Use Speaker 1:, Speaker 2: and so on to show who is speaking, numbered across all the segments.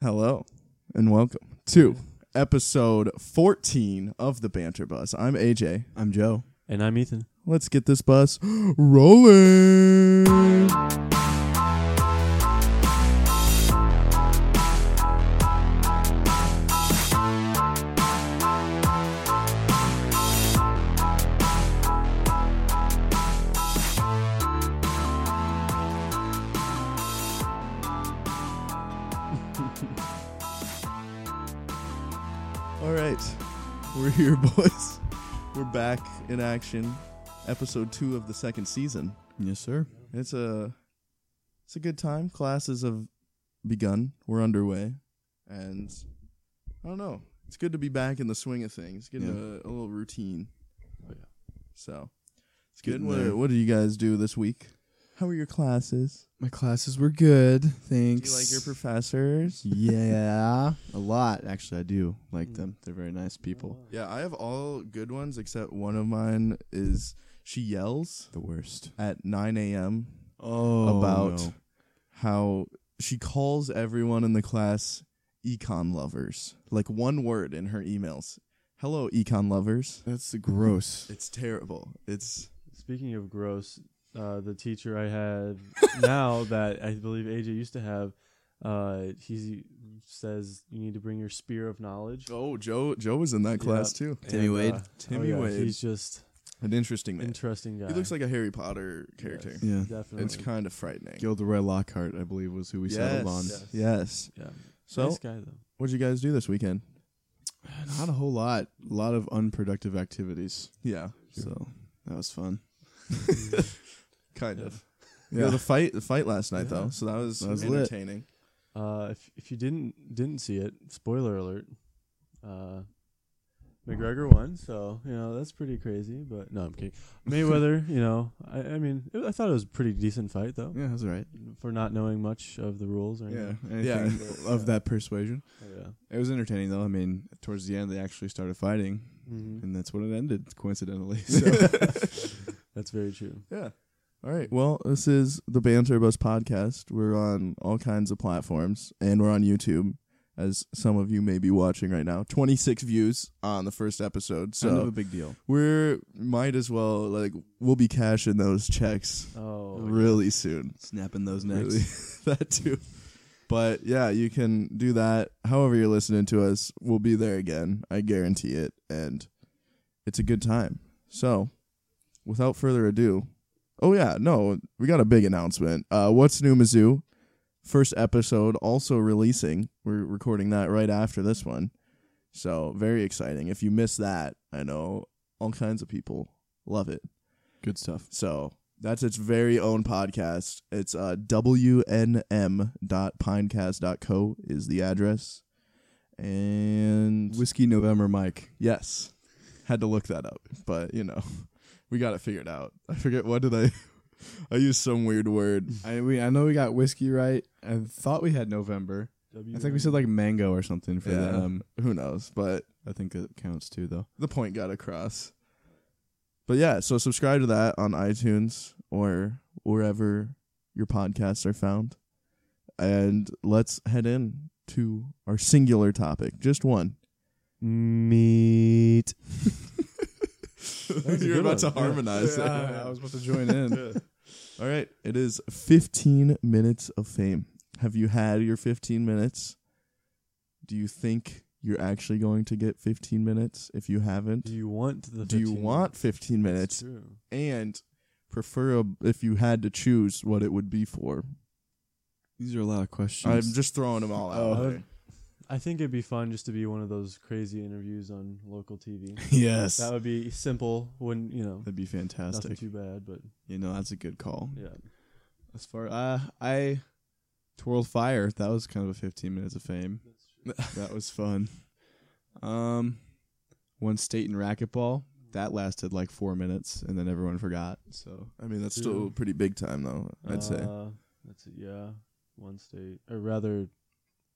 Speaker 1: Hello and welcome to episode 14 of the Banter Bus. I'm AJ.
Speaker 2: I'm Joe.
Speaker 3: And I'm Ethan.
Speaker 1: Let's get this bus rolling. All right. We're here, boys. We're back in action. Episode 2 of the second season.
Speaker 2: Yes, sir.
Speaker 1: It's a it's a good time. Classes have begun. We're underway, and I don't know. It's good to be back in the swing of things. Getting a, a little routine. So it's good.
Speaker 2: Oh, Getting
Speaker 1: What,
Speaker 2: there.
Speaker 1: what do you guys do this week? How were your classes?
Speaker 2: My classes were good.
Speaker 1: Do
Speaker 2: Thanks.
Speaker 1: you like your professors?
Speaker 2: yeah, a lot actually. I do like them. They're very nice people.
Speaker 1: Yeah, I have all good ones except one of mine is she yells
Speaker 2: The worst.
Speaker 1: at 9 a.m.
Speaker 2: Oh,
Speaker 1: about
Speaker 2: no.
Speaker 1: how she calls everyone in the class econ lovers. Like one word in her emails. Hello, econ lovers.
Speaker 2: that's gross.
Speaker 1: It's terrible. It's
Speaker 3: Speaking of gross, uh, the teacher I had now that I believe AJ used to have, uh, he says you need to bring your spear of knowledge.
Speaker 1: oh Joe. Joe was in that class too.
Speaker 2: Timmy Wade.
Speaker 1: Timmy
Speaker 3: oh yeah,
Speaker 1: Wade.
Speaker 3: He's just
Speaker 1: An interesting man.
Speaker 3: interesting guy.
Speaker 1: He looks like a Harry Potter character.
Speaker 3: Yes.
Speaker 2: yeah,
Speaker 3: definitely.
Speaker 1: It's kind of frightening.
Speaker 2: Gilderoy Lockhart, I believe, was who we settled on.
Speaker 1: yes. yes.
Speaker 3: yeah.
Speaker 1: So,
Speaker 3: nice guy though.
Speaker 1: what'd you guys do this weekend?
Speaker 2: Not a whole lot. A lot of unproductive activities.
Speaker 1: Yeah,
Speaker 2: So that was fun.
Speaker 1: kind
Speaker 3: Yeah.
Speaker 1: of. Yeah.
Speaker 2: Yeah.
Speaker 1: the fight. The fight last night though.
Speaker 3: Yeah.
Speaker 1: So that was,
Speaker 2: That was lit.
Speaker 1: entertaining.
Speaker 3: Uh, if if you didn't didn't see it, spoiler alert. Uh, McGregor won, so you know that's pretty crazy. But no, I'm kidding. Mayweather, you know, I, I mean, it, I thought it was a pretty decent fight though.
Speaker 2: Yeah, that's all right.
Speaker 3: for not knowing much of the rules or
Speaker 2: Yeah,
Speaker 3: anything.
Speaker 2: anything of that persuasion.
Speaker 3: Oh, yeah.
Speaker 2: It was entertaining though. I mean, towards the end, they actually started fighting,
Speaker 1: Mm-hmm.
Speaker 3: Mhm.
Speaker 2: and that's when it ended. Coincidentally, so
Speaker 3: That's very true.
Speaker 1: Yeah. All right. Well, this is the Banter Bus podcast. We're on all kinds of platforms, and we're on YouTube, as some of you may be watching right now. Twenty six views on the first episode.
Speaker 2: kind of a
Speaker 1: So
Speaker 2: big deal.
Speaker 1: we're might as well like we'll be cashing those checks
Speaker 3: Oh,
Speaker 1: really soon.
Speaker 2: Snapping those
Speaker 1: Really, that too. But yeah, you can do that. However, you're listening to us, we'll be there again. I guarantee it. And it's a good time. So, without further ado, oh, yeah, no, we got a big announcement. Uh, What's New Mizzou? First episode also releasing. We're recording that right after this one. So, very exciting. If you miss that, I know all kinds of people love it.
Speaker 2: Good stuff.
Speaker 1: So that's its very own podcast. It's uh, wnm.pinecast.co is the address. And
Speaker 2: Whiskey November Mike.
Speaker 1: yes, had to look that up, but you know, we got it figured out. I forget what did I. I used some weird word.
Speaker 2: I we I know we got whiskey right. I thought we had November. I think we said like mango or something for
Speaker 1: Yeah.
Speaker 2: that. Um,
Speaker 1: Who knows? But
Speaker 2: I think that counts too though.
Speaker 1: the point got across. But yeah, so subscribe to that on iTunes or wherever your podcasts are found. And let's head in to our singular topic, just one.
Speaker 3: meat. was a
Speaker 1: You're
Speaker 3: good
Speaker 1: about to
Speaker 3: one. Yeah.
Speaker 1: harmonize there.
Speaker 2: I was about to join in.
Speaker 1: All right, it is 15 minutes of fame. Have you had your 15 minutes? Do you think you're actually going to get 15 minutes if you haven't?
Speaker 3: Do you want the?
Speaker 1: Do you
Speaker 3: 15
Speaker 1: want 15 minutes?
Speaker 3: That's true.
Speaker 1: and prefer a, if you had to choose what it would be for.
Speaker 2: These are a lot of questions.
Speaker 1: I'm just throwing them all out.
Speaker 2: Oh.
Speaker 1: there.
Speaker 3: I think it'd be fun just to be one of those crazy interviews on local TV.
Speaker 2: yes,
Speaker 3: that would be simple. Wouldn't you know?
Speaker 2: that'd be
Speaker 3: Nothing
Speaker 2: fantastic.
Speaker 3: too bad, but
Speaker 2: You know, that's a good call.
Speaker 3: yeah.
Speaker 2: As far uh, I twirled fire. That was kind of a 15 minutes of fame. that was fun. Um, one state in racquetball that lasted like four minutes, and then everyone forgot. So
Speaker 1: I mean, that's
Speaker 3: True.
Speaker 1: still pretty big time, though. I'd say.
Speaker 3: Uh, That's yeah. One state, or rather,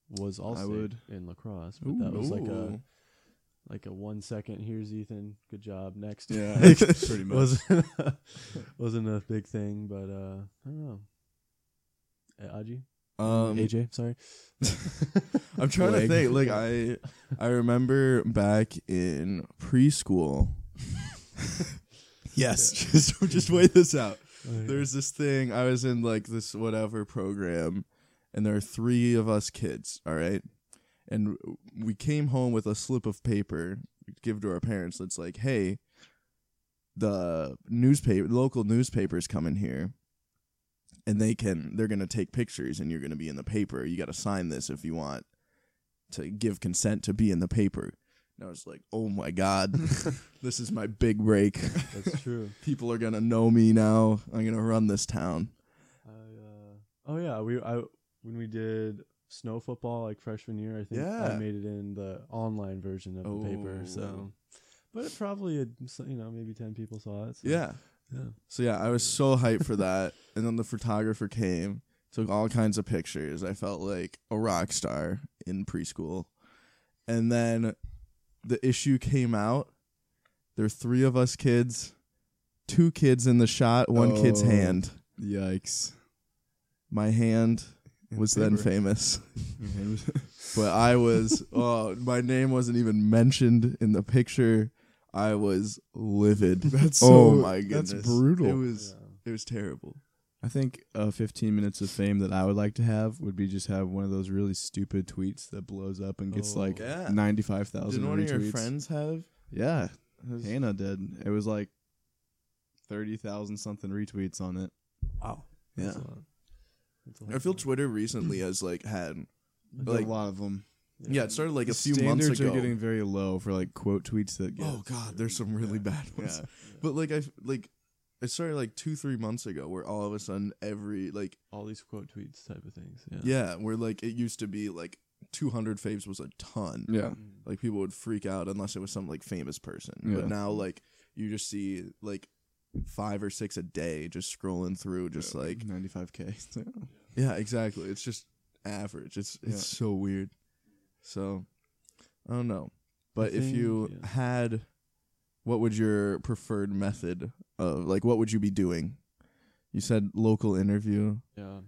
Speaker 3: was all
Speaker 2: I
Speaker 3: state
Speaker 2: would-
Speaker 3: in lacrosse, but that was like a
Speaker 1: Ooh.
Speaker 3: like a one second. Here's Ethan. Good job. Next.
Speaker 2: yeah,
Speaker 3: Like,
Speaker 2: pretty much.
Speaker 3: wasn't wasn't a big thing, but uh, I don't know. Uh, Aji,
Speaker 1: Um,
Speaker 3: AJ, sorry.
Speaker 1: I'm trying to
Speaker 2: Leg.
Speaker 1: think. Like I, I remember back in preschool. yes, just just wait this out.
Speaker 3: Oh,
Speaker 1: There's this thing I was in like this whatever program, and there are three of us kids. All right, and we came home with a slip of paper to give to our parents. That's like, hey, the newspaper, local newspapers coming here and they can they're going to take pictures and you're going to be in the paper you got to sign this if you want to give consent to be in the paper and i was like oh my god this is my big break
Speaker 3: That's true.
Speaker 1: people are going to know me now i'm going to run this town
Speaker 3: I, uh, oh yeah, we I when we did snow football like freshman year, I think I
Speaker 1: Yeah.
Speaker 3: made it in the online version of the paper. So,
Speaker 1: Oh.
Speaker 3: but it probably had, so- you know maybe ten people saw it. So.
Speaker 1: yeah
Speaker 3: Yeah.
Speaker 1: so yeah i was so hyped for that and then the photographer came took all kinds of pictures i felt like a rock star in preschool and then the issue came out there are three of us kids two kids in the shot one kid's
Speaker 2: Oh.
Speaker 1: hand
Speaker 2: Yikes.
Speaker 1: my hand was then famous but i was oh my name wasn't even mentioned in the picture i was livid
Speaker 2: That's
Speaker 1: oh
Speaker 2: so-
Speaker 1: my goodness
Speaker 2: that's brutal.
Speaker 1: it was
Speaker 3: Yeah.
Speaker 1: it was terrible
Speaker 2: I think uh, 15 minutes of fame that I would like to have would be just have one of those really stupid tweets that blows up and gets
Speaker 3: Oh.
Speaker 2: like
Speaker 1: Yeah.
Speaker 2: ah, 95,000
Speaker 1: did one of
Speaker 2: retweets.
Speaker 1: your friends have
Speaker 2: Yeah,
Speaker 1: has-
Speaker 2: Hannah did. It was like 30,000 something retweets on it.
Speaker 3: Wow.
Speaker 2: Yeah.
Speaker 3: That's a lot. That's a
Speaker 1: I
Speaker 3: whole
Speaker 1: feel
Speaker 3: lot.
Speaker 1: Twitter recently has like had
Speaker 2: Like,
Speaker 1: like
Speaker 2: a lot of them.
Speaker 1: yeah, it started like a
Speaker 2: the
Speaker 1: few months
Speaker 2: standards
Speaker 1: ago.
Speaker 2: are getting very low for like quote tweets that get.
Speaker 1: oh god, there's some really bad ones.
Speaker 2: Yeah.
Speaker 1: But like I like it started like two three months ago where all of a sudden every like
Speaker 3: all these quote tweets type of things. Yeah.
Speaker 1: yeah where like it used to be like 200 faves was a ton.
Speaker 2: Yeah.
Speaker 3: Mm.
Speaker 1: Like people would freak out unless it was some like famous person.
Speaker 2: Yeah.
Speaker 1: But now like you just see like five or six a day just scrolling through just like
Speaker 2: 95K. It's like, oh.
Speaker 1: Yeah, exactly. It's just average. It's it's
Speaker 2: Yeah.
Speaker 1: so weird. So I don't know.
Speaker 3: I
Speaker 1: But if
Speaker 3: think,
Speaker 1: you
Speaker 3: yeah.
Speaker 1: had what would your preferred method of like what would you be doing? You said local interview.
Speaker 3: Yeah.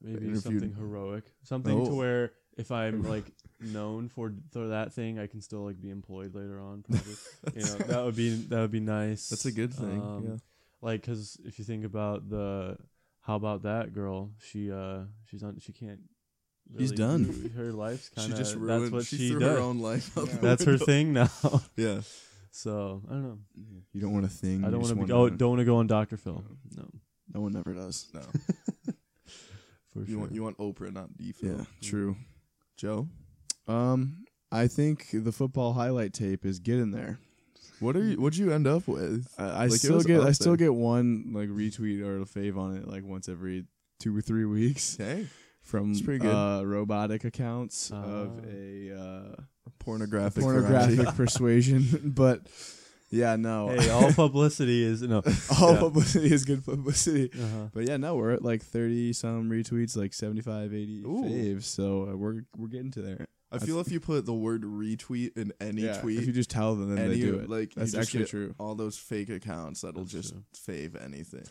Speaker 3: Maybe
Speaker 1: interviewed-
Speaker 3: something heroic. Something to
Speaker 1: Oh.
Speaker 3: where if I'm like known for for that thing, I can still like be employed later on. Probably. you know, that would be that would be nice.
Speaker 1: That's a good thing.
Speaker 3: Um,
Speaker 1: yeah.
Speaker 3: Like, cause if you think about the how about that girl, she uh she's on she can't.
Speaker 2: She's
Speaker 3: really
Speaker 2: done.
Speaker 3: do- Her life's kind
Speaker 1: she
Speaker 3: of
Speaker 1: just ruined
Speaker 3: that's what
Speaker 1: she,
Speaker 3: she,
Speaker 1: threw
Speaker 3: does.
Speaker 1: her own life out
Speaker 2: Yeah.
Speaker 1: the
Speaker 3: that's her
Speaker 1: window. Mm,
Speaker 3: thing now.
Speaker 1: Yeah.
Speaker 3: so I don't know.
Speaker 2: You don't want a thing.
Speaker 3: I
Speaker 2: you
Speaker 3: don't
Speaker 2: just
Speaker 3: want to be. Oh,
Speaker 2: want a-
Speaker 3: don't want to go on Doctor Phil. No,
Speaker 2: No one never does.
Speaker 1: No.
Speaker 3: for
Speaker 1: You
Speaker 3: sure.
Speaker 1: want you want Oprah, not D Phil.
Speaker 2: Yeah, true.
Speaker 1: Joe?
Speaker 2: Um, I think the football highlight tape is get in there.
Speaker 1: What are you what'd you end up with?
Speaker 2: I, I
Speaker 1: Like, it
Speaker 2: still
Speaker 1: was
Speaker 2: get
Speaker 1: up
Speaker 2: I still
Speaker 1: there.
Speaker 2: get one like retweet or a fave on it like once every two or three weeks
Speaker 1: Okay.
Speaker 2: from
Speaker 1: It's pretty good.
Speaker 2: uh robotic accounts
Speaker 3: Ah.
Speaker 2: of a uh
Speaker 1: Pornographic. variety.
Speaker 2: pornographic persuasion. But yeah, no.
Speaker 1: Oh.
Speaker 3: Hey, all publicity is no.
Speaker 2: All
Speaker 3: yeah.
Speaker 2: publicity is good publicity.
Speaker 3: Uh-huh.
Speaker 2: But yeah, no, we're at like 30 some retweets, like 75, 80
Speaker 1: Ooh.
Speaker 2: faves. So uh, we're we're getting to there.
Speaker 1: I feel if you put the word retweet in any
Speaker 2: Yeah,
Speaker 1: tweet,
Speaker 2: If you just tell them, then
Speaker 1: and
Speaker 2: they
Speaker 1: you,
Speaker 2: do it.
Speaker 1: Like
Speaker 2: That's
Speaker 1: you just
Speaker 2: actually
Speaker 1: get
Speaker 2: true.
Speaker 1: All those fake accounts that'll
Speaker 3: That's
Speaker 1: just
Speaker 3: true.
Speaker 1: fave anything.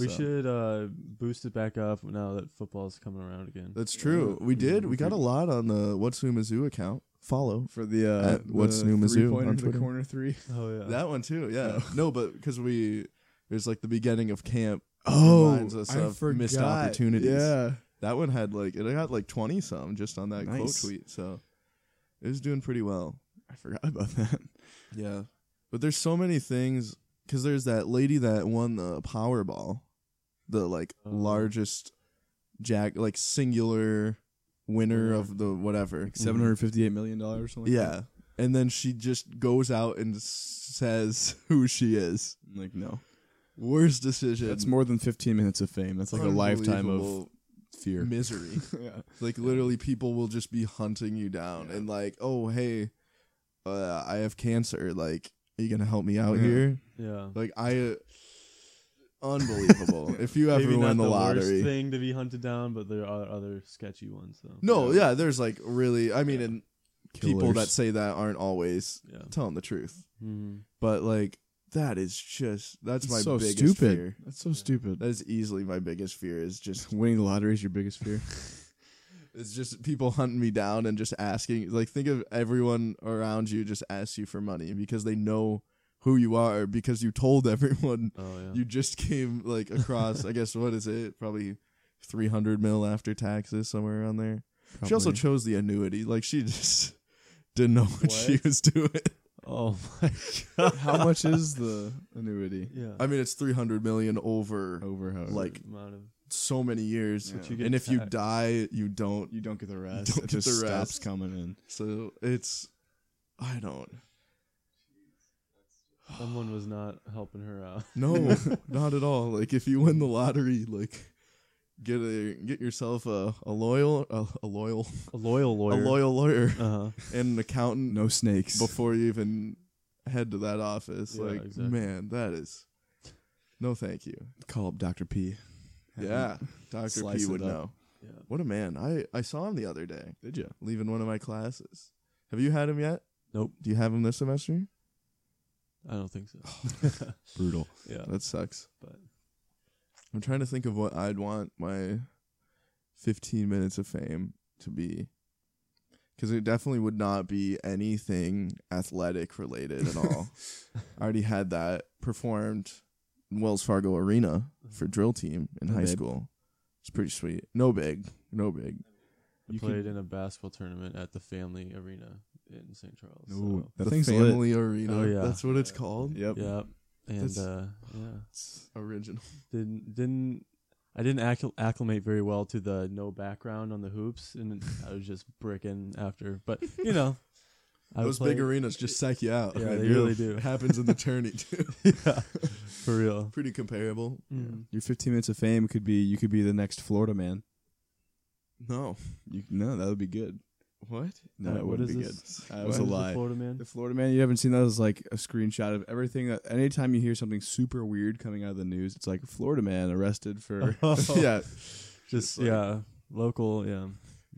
Speaker 3: We
Speaker 2: So,
Speaker 3: should uh, boost it back up now that football's coming around again.
Speaker 1: That's true. We did. We
Speaker 2: Mm-hmm.
Speaker 1: got a lot on the What's New Mizzou account. Follow
Speaker 2: for the uh,
Speaker 1: At What's
Speaker 2: the
Speaker 1: New Mizzou
Speaker 2: three-pointer,
Speaker 1: on
Speaker 2: the
Speaker 1: Twitter.
Speaker 2: corner three.
Speaker 3: Oh yeah.
Speaker 1: that one too. Yeah. No, but because we there's like the beginning of camp. reminds us of missed opportunities.
Speaker 2: Yeah,
Speaker 1: That one had like it got like twenty some just on that quote
Speaker 2: Nice.
Speaker 1: tweet. So it was doing pretty well.
Speaker 2: I forgot about that.
Speaker 1: Yeah. But there's so many things because there's that lady that won the Powerball, the like
Speaker 3: Oh.
Speaker 1: largest jack, like singular winner
Speaker 3: Winner.
Speaker 1: of the whatever.
Speaker 2: Seven hundred fifty-eight million dollars.
Speaker 1: Mm-hmm. Yeah. And then she just goes out and s- says who she is.
Speaker 2: like no,
Speaker 1: Worst decision.
Speaker 2: that's more than fifteen minutes of fame. That's like a lifetime of
Speaker 1: Unbelievable
Speaker 2: fear.
Speaker 1: misery.
Speaker 2: yeah.
Speaker 1: like literally, people will just be hunting you down
Speaker 2: Yeah.
Speaker 1: and like, oh hey, uh, I have cancer. Like, are you gonna help me out
Speaker 2: Yeah.
Speaker 1: here?
Speaker 3: yeah.
Speaker 1: Like I, unbelievable. if you ever
Speaker 3: Maybe not
Speaker 1: win the,
Speaker 3: the worst
Speaker 1: lottery,
Speaker 3: thing to be hunted down, but there are other sketchy ones though.
Speaker 1: no, yeah, there's like really. I mean,
Speaker 3: Yeah.
Speaker 1: and people that say that aren't always
Speaker 3: Yeah.
Speaker 1: telling the truth,
Speaker 3: hmm
Speaker 1: but like that is just that's my
Speaker 2: so
Speaker 1: biggest
Speaker 2: stupid.
Speaker 1: fear.
Speaker 2: That's so stupid.
Speaker 1: That is easily my biggest fear. Is just
Speaker 2: Winning the lottery is your biggest fear.
Speaker 1: It's just people hunting me down and just asking. Like, think of everyone around you just asks you for money because they know who you are because you told everyone
Speaker 3: Oh yeah.
Speaker 1: you just came like across. I guess what is it? Probably three hundred mil after taxes somewhere around there. She also
Speaker 2: Probably.
Speaker 1: chose the annuity. Like she just didn't know what,
Speaker 3: What?
Speaker 1: she was doing.
Speaker 3: oh my god.
Speaker 2: How much is the annuity?
Speaker 3: Yeah.
Speaker 1: I mean, it's three hundred million over
Speaker 2: Over however.
Speaker 1: like
Speaker 3: amount of
Speaker 1: so many years,
Speaker 2: But
Speaker 3: you get
Speaker 1: and if you
Speaker 3: taxed.
Speaker 1: die, you don't.
Speaker 2: you don't get the rest.
Speaker 1: Don't get
Speaker 2: it just
Speaker 1: the
Speaker 2: stops
Speaker 1: rest.
Speaker 2: coming in.
Speaker 1: So it's, I don't.
Speaker 3: someone was not helping her out.
Speaker 1: No, not at all. Like if you win the lottery, like get a get yourself a a loyal a, a loyal
Speaker 3: A loyal lawyer.
Speaker 1: a loyal lawyer Uh-huh.
Speaker 3: Uh huh.
Speaker 1: and an accountant
Speaker 2: No snakes.
Speaker 1: before you even head to that office.
Speaker 3: Yeah,
Speaker 1: like
Speaker 3: exactly.
Speaker 1: man, that is no thank you.
Speaker 2: Call up Doctor P. Have
Speaker 1: Yeah,
Speaker 2: him-
Speaker 1: Doctor
Speaker 2: Slice
Speaker 1: P
Speaker 2: it
Speaker 1: would
Speaker 2: up.
Speaker 1: know.
Speaker 3: Yeah.
Speaker 1: What a man! I I saw him the other day
Speaker 2: Did you?
Speaker 1: leaving one of my classes. Have you had him yet?
Speaker 3: Nope.
Speaker 1: Do you have him this semester?
Speaker 3: I don't think so.
Speaker 2: Brutal.
Speaker 3: yeah.
Speaker 1: That sucks.
Speaker 3: But
Speaker 1: I'm trying to think of what I'd want my 15 minutes of fame to be. Because it definitely would not be anything athletic related at all. I already had that performed in Wells Fargo Arena for
Speaker 3: Mm-hmm.
Speaker 1: drill team in
Speaker 2: No
Speaker 1: high
Speaker 2: big.
Speaker 1: school. It's pretty sweet. No big. No big.
Speaker 3: I
Speaker 2: You
Speaker 3: played in a basketball tournament at the family arena in St. Charles.
Speaker 2: Ooh, that
Speaker 1: the
Speaker 2: thing's lit.
Speaker 1: family arena.
Speaker 3: Oh, yeah.
Speaker 1: That's what it's called.
Speaker 2: Yep.
Speaker 3: So. Yep. And
Speaker 1: That's-
Speaker 3: uh, yeah.
Speaker 1: It's original.
Speaker 3: didn't didn't I didn't acc- acclimate very well to the no background on the hoops, and I was just bricking after. But you know, I
Speaker 1: Those
Speaker 3: would
Speaker 1: big
Speaker 3: play-
Speaker 1: arenas just psych you out.
Speaker 3: Yeah,
Speaker 1: They
Speaker 3: they
Speaker 1: do.
Speaker 3: really do.
Speaker 1: It happens in the tourney too.
Speaker 3: yeah, for real.
Speaker 1: Pretty comparable.
Speaker 3: Mm.
Speaker 2: Your 15 minutes of fame could be you could be the next Florida man.
Speaker 1: No.
Speaker 2: You, no, that would be good.
Speaker 1: What?
Speaker 2: No,
Speaker 3: Wait,
Speaker 2: it
Speaker 3: what
Speaker 2: wouldn't
Speaker 3: is
Speaker 2: be
Speaker 3: this?
Speaker 2: good. That
Speaker 3: What
Speaker 2: was
Speaker 3: is
Speaker 2: a
Speaker 3: the
Speaker 2: lie.
Speaker 3: Florida man.
Speaker 2: The Florida man, you haven't seen that is like a screenshot of everything that anytime you hear something super weird coming out of the news, it's like Florida man arrested for
Speaker 1: yeah.
Speaker 3: just
Speaker 1: like-
Speaker 3: Oh. yeah, local. Yeah,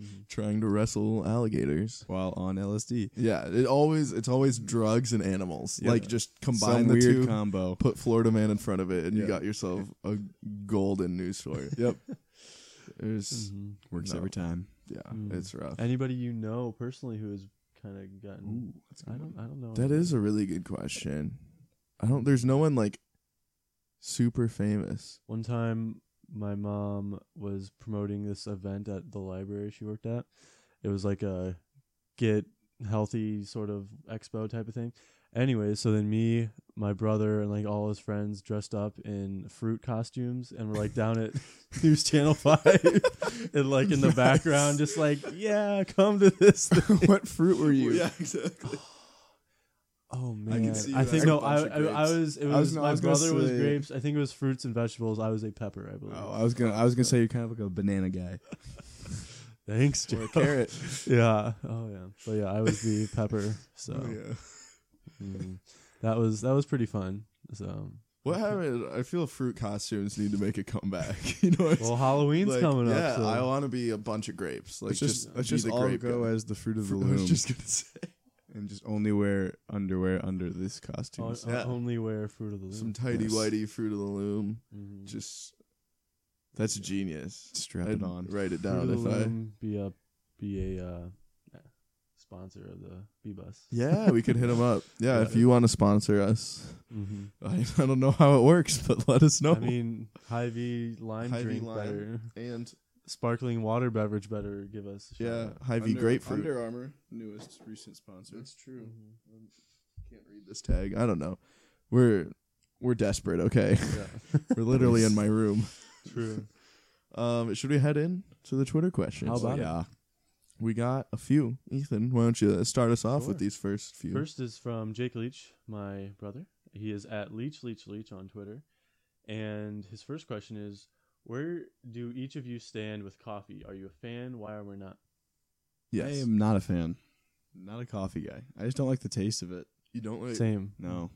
Speaker 2: Mm-hmm.
Speaker 3: Mhm.
Speaker 1: trying to wrestle alligators.
Speaker 2: while on LSD.
Speaker 1: Yeah, it always it's always drugs and animals.
Speaker 2: Yeah.
Speaker 1: Like just
Speaker 2: Some
Speaker 1: combine the
Speaker 2: weird
Speaker 1: two,
Speaker 2: combo.
Speaker 1: put Florida Man in front of it, and you
Speaker 2: Yeah.
Speaker 1: got yourself a golden news story. yep, it's
Speaker 3: Mhm.
Speaker 2: Works
Speaker 1: No.
Speaker 2: every time.
Speaker 1: yeah,
Speaker 3: Mm.
Speaker 1: it's rough.
Speaker 3: Anybody you know personally who has kind of gotten? I don't. I don't know.
Speaker 1: That is a really good question. I don't. There's no one like super famous.
Speaker 3: One time, my mom was promoting this event at the library she worked at. It was like a get healthy sort of expo type of thing. Anyway, so then me, my brother, and like all his friends dressed up in fruit costumes, and we're like down at News Channel Five, and like in the background, just like yeah, come to this. Thing.
Speaker 2: what fruit were you?
Speaker 1: yeah, exactly.
Speaker 3: Oh man,
Speaker 1: I can see you
Speaker 3: I think
Speaker 1: having a
Speaker 3: no, I,
Speaker 1: bunch
Speaker 3: I,
Speaker 1: of
Speaker 3: I
Speaker 1: grapes.
Speaker 3: was it was,
Speaker 2: I was- no, I
Speaker 3: my
Speaker 2: was gonna
Speaker 3: brother was
Speaker 2: say-
Speaker 3: grapes. I think it was fruits and vegetables. I was a pepper, I believe.
Speaker 2: Oh, I was gonna I was gonna say you're kind of like a banana guy.
Speaker 3: Thanks,
Speaker 1: Or a
Speaker 3: Joe.
Speaker 1: carrot.
Speaker 3: Yeah. Oh yeah. But yeah, I was the pepper. So
Speaker 1: Oh, yeah.
Speaker 3: mm, that was that was pretty fun. So
Speaker 1: What happened? I feel fruit costumes need to make a comeback. you know, what I'm
Speaker 3: well, Halloween's
Speaker 1: Like,
Speaker 3: coming
Speaker 1: yeah,
Speaker 3: up. So.
Speaker 1: I want to be a bunch of grapes. Like
Speaker 2: Let's
Speaker 1: just,
Speaker 2: just,
Speaker 1: just,
Speaker 2: let's just
Speaker 1: be the
Speaker 2: all
Speaker 1: grape
Speaker 2: go
Speaker 1: guy.
Speaker 2: as the fruit of the
Speaker 1: I was
Speaker 2: loom
Speaker 1: just gonna say
Speaker 2: and just only wear underwear under this
Speaker 3: O-
Speaker 2: costume.
Speaker 3: o-
Speaker 1: yeah.
Speaker 3: only wear fruit of the loom.
Speaker 1: some tidy
Speaker 2: Yes.
Speaker 1: whitey fruit of the loom.
Speaker 3: Mhm.
Speaker 1: Just that's genius.
Speaker 2: Strap
Speaker 1: I'd
Speaker 2: it on.
Speaker 1: Write it
Speaker 3: Fruit
Speaker 1: down
Speaker 3: of the
Speaker 1: if I.
Speaker 3: Loom be a be a uh, sponsor of the B bus.
Speaker 1: Yeah, we could hit them up. Yeah,
Speaker 3: Yeah.
Speaker 1: if you want to sponsor us,
Speaker 3: hmm
Speaker 1: I, I don't know how it works, but let us know.
Speaker 3: I mean, high V lime
Speaker 1: Hy-Vee
Speaker 3: drink
Speaker 1: lime.
Speaker 3: better,
Speaker 1: and
Speaker 3: sparkling water beverage better. Give us a shout
Speaker 1: yeah,
Speaker 3: out.
Speaker 1: Hy-Vee grapefruit.
Speaker 2: Armour, newest recent sponsor. That's true.
Speaker 3: Mhm.
Speaker 1: Can't read this tag. I don't know. We're we're desperate. Okay, we're literally in my room.
Speaker 3: Mm-hmm. True.
Speaker 1: Um, should we head in to the Twitter questions?
Speaker 3: How about it?
Speaker 2: yeah.
Speaker 1: We got a few. Ethan, why don't you start us off
Speaker 3: Sure.
Speaker 1: with these first few?
Speaker 3: First is from Jake Leach, my brother. He is at Leach Leach Leach on Twitter. And his first question is Where do each of you stand with coffee? Are you a fan? Why are we not?
Speaker 1: yes.
Speaker 2: I am not a fan. Not a coffee guy. I just don't like the taste of it.
Speaker 1: You don't like
Speaker 3: Same.
Speaker 2: No.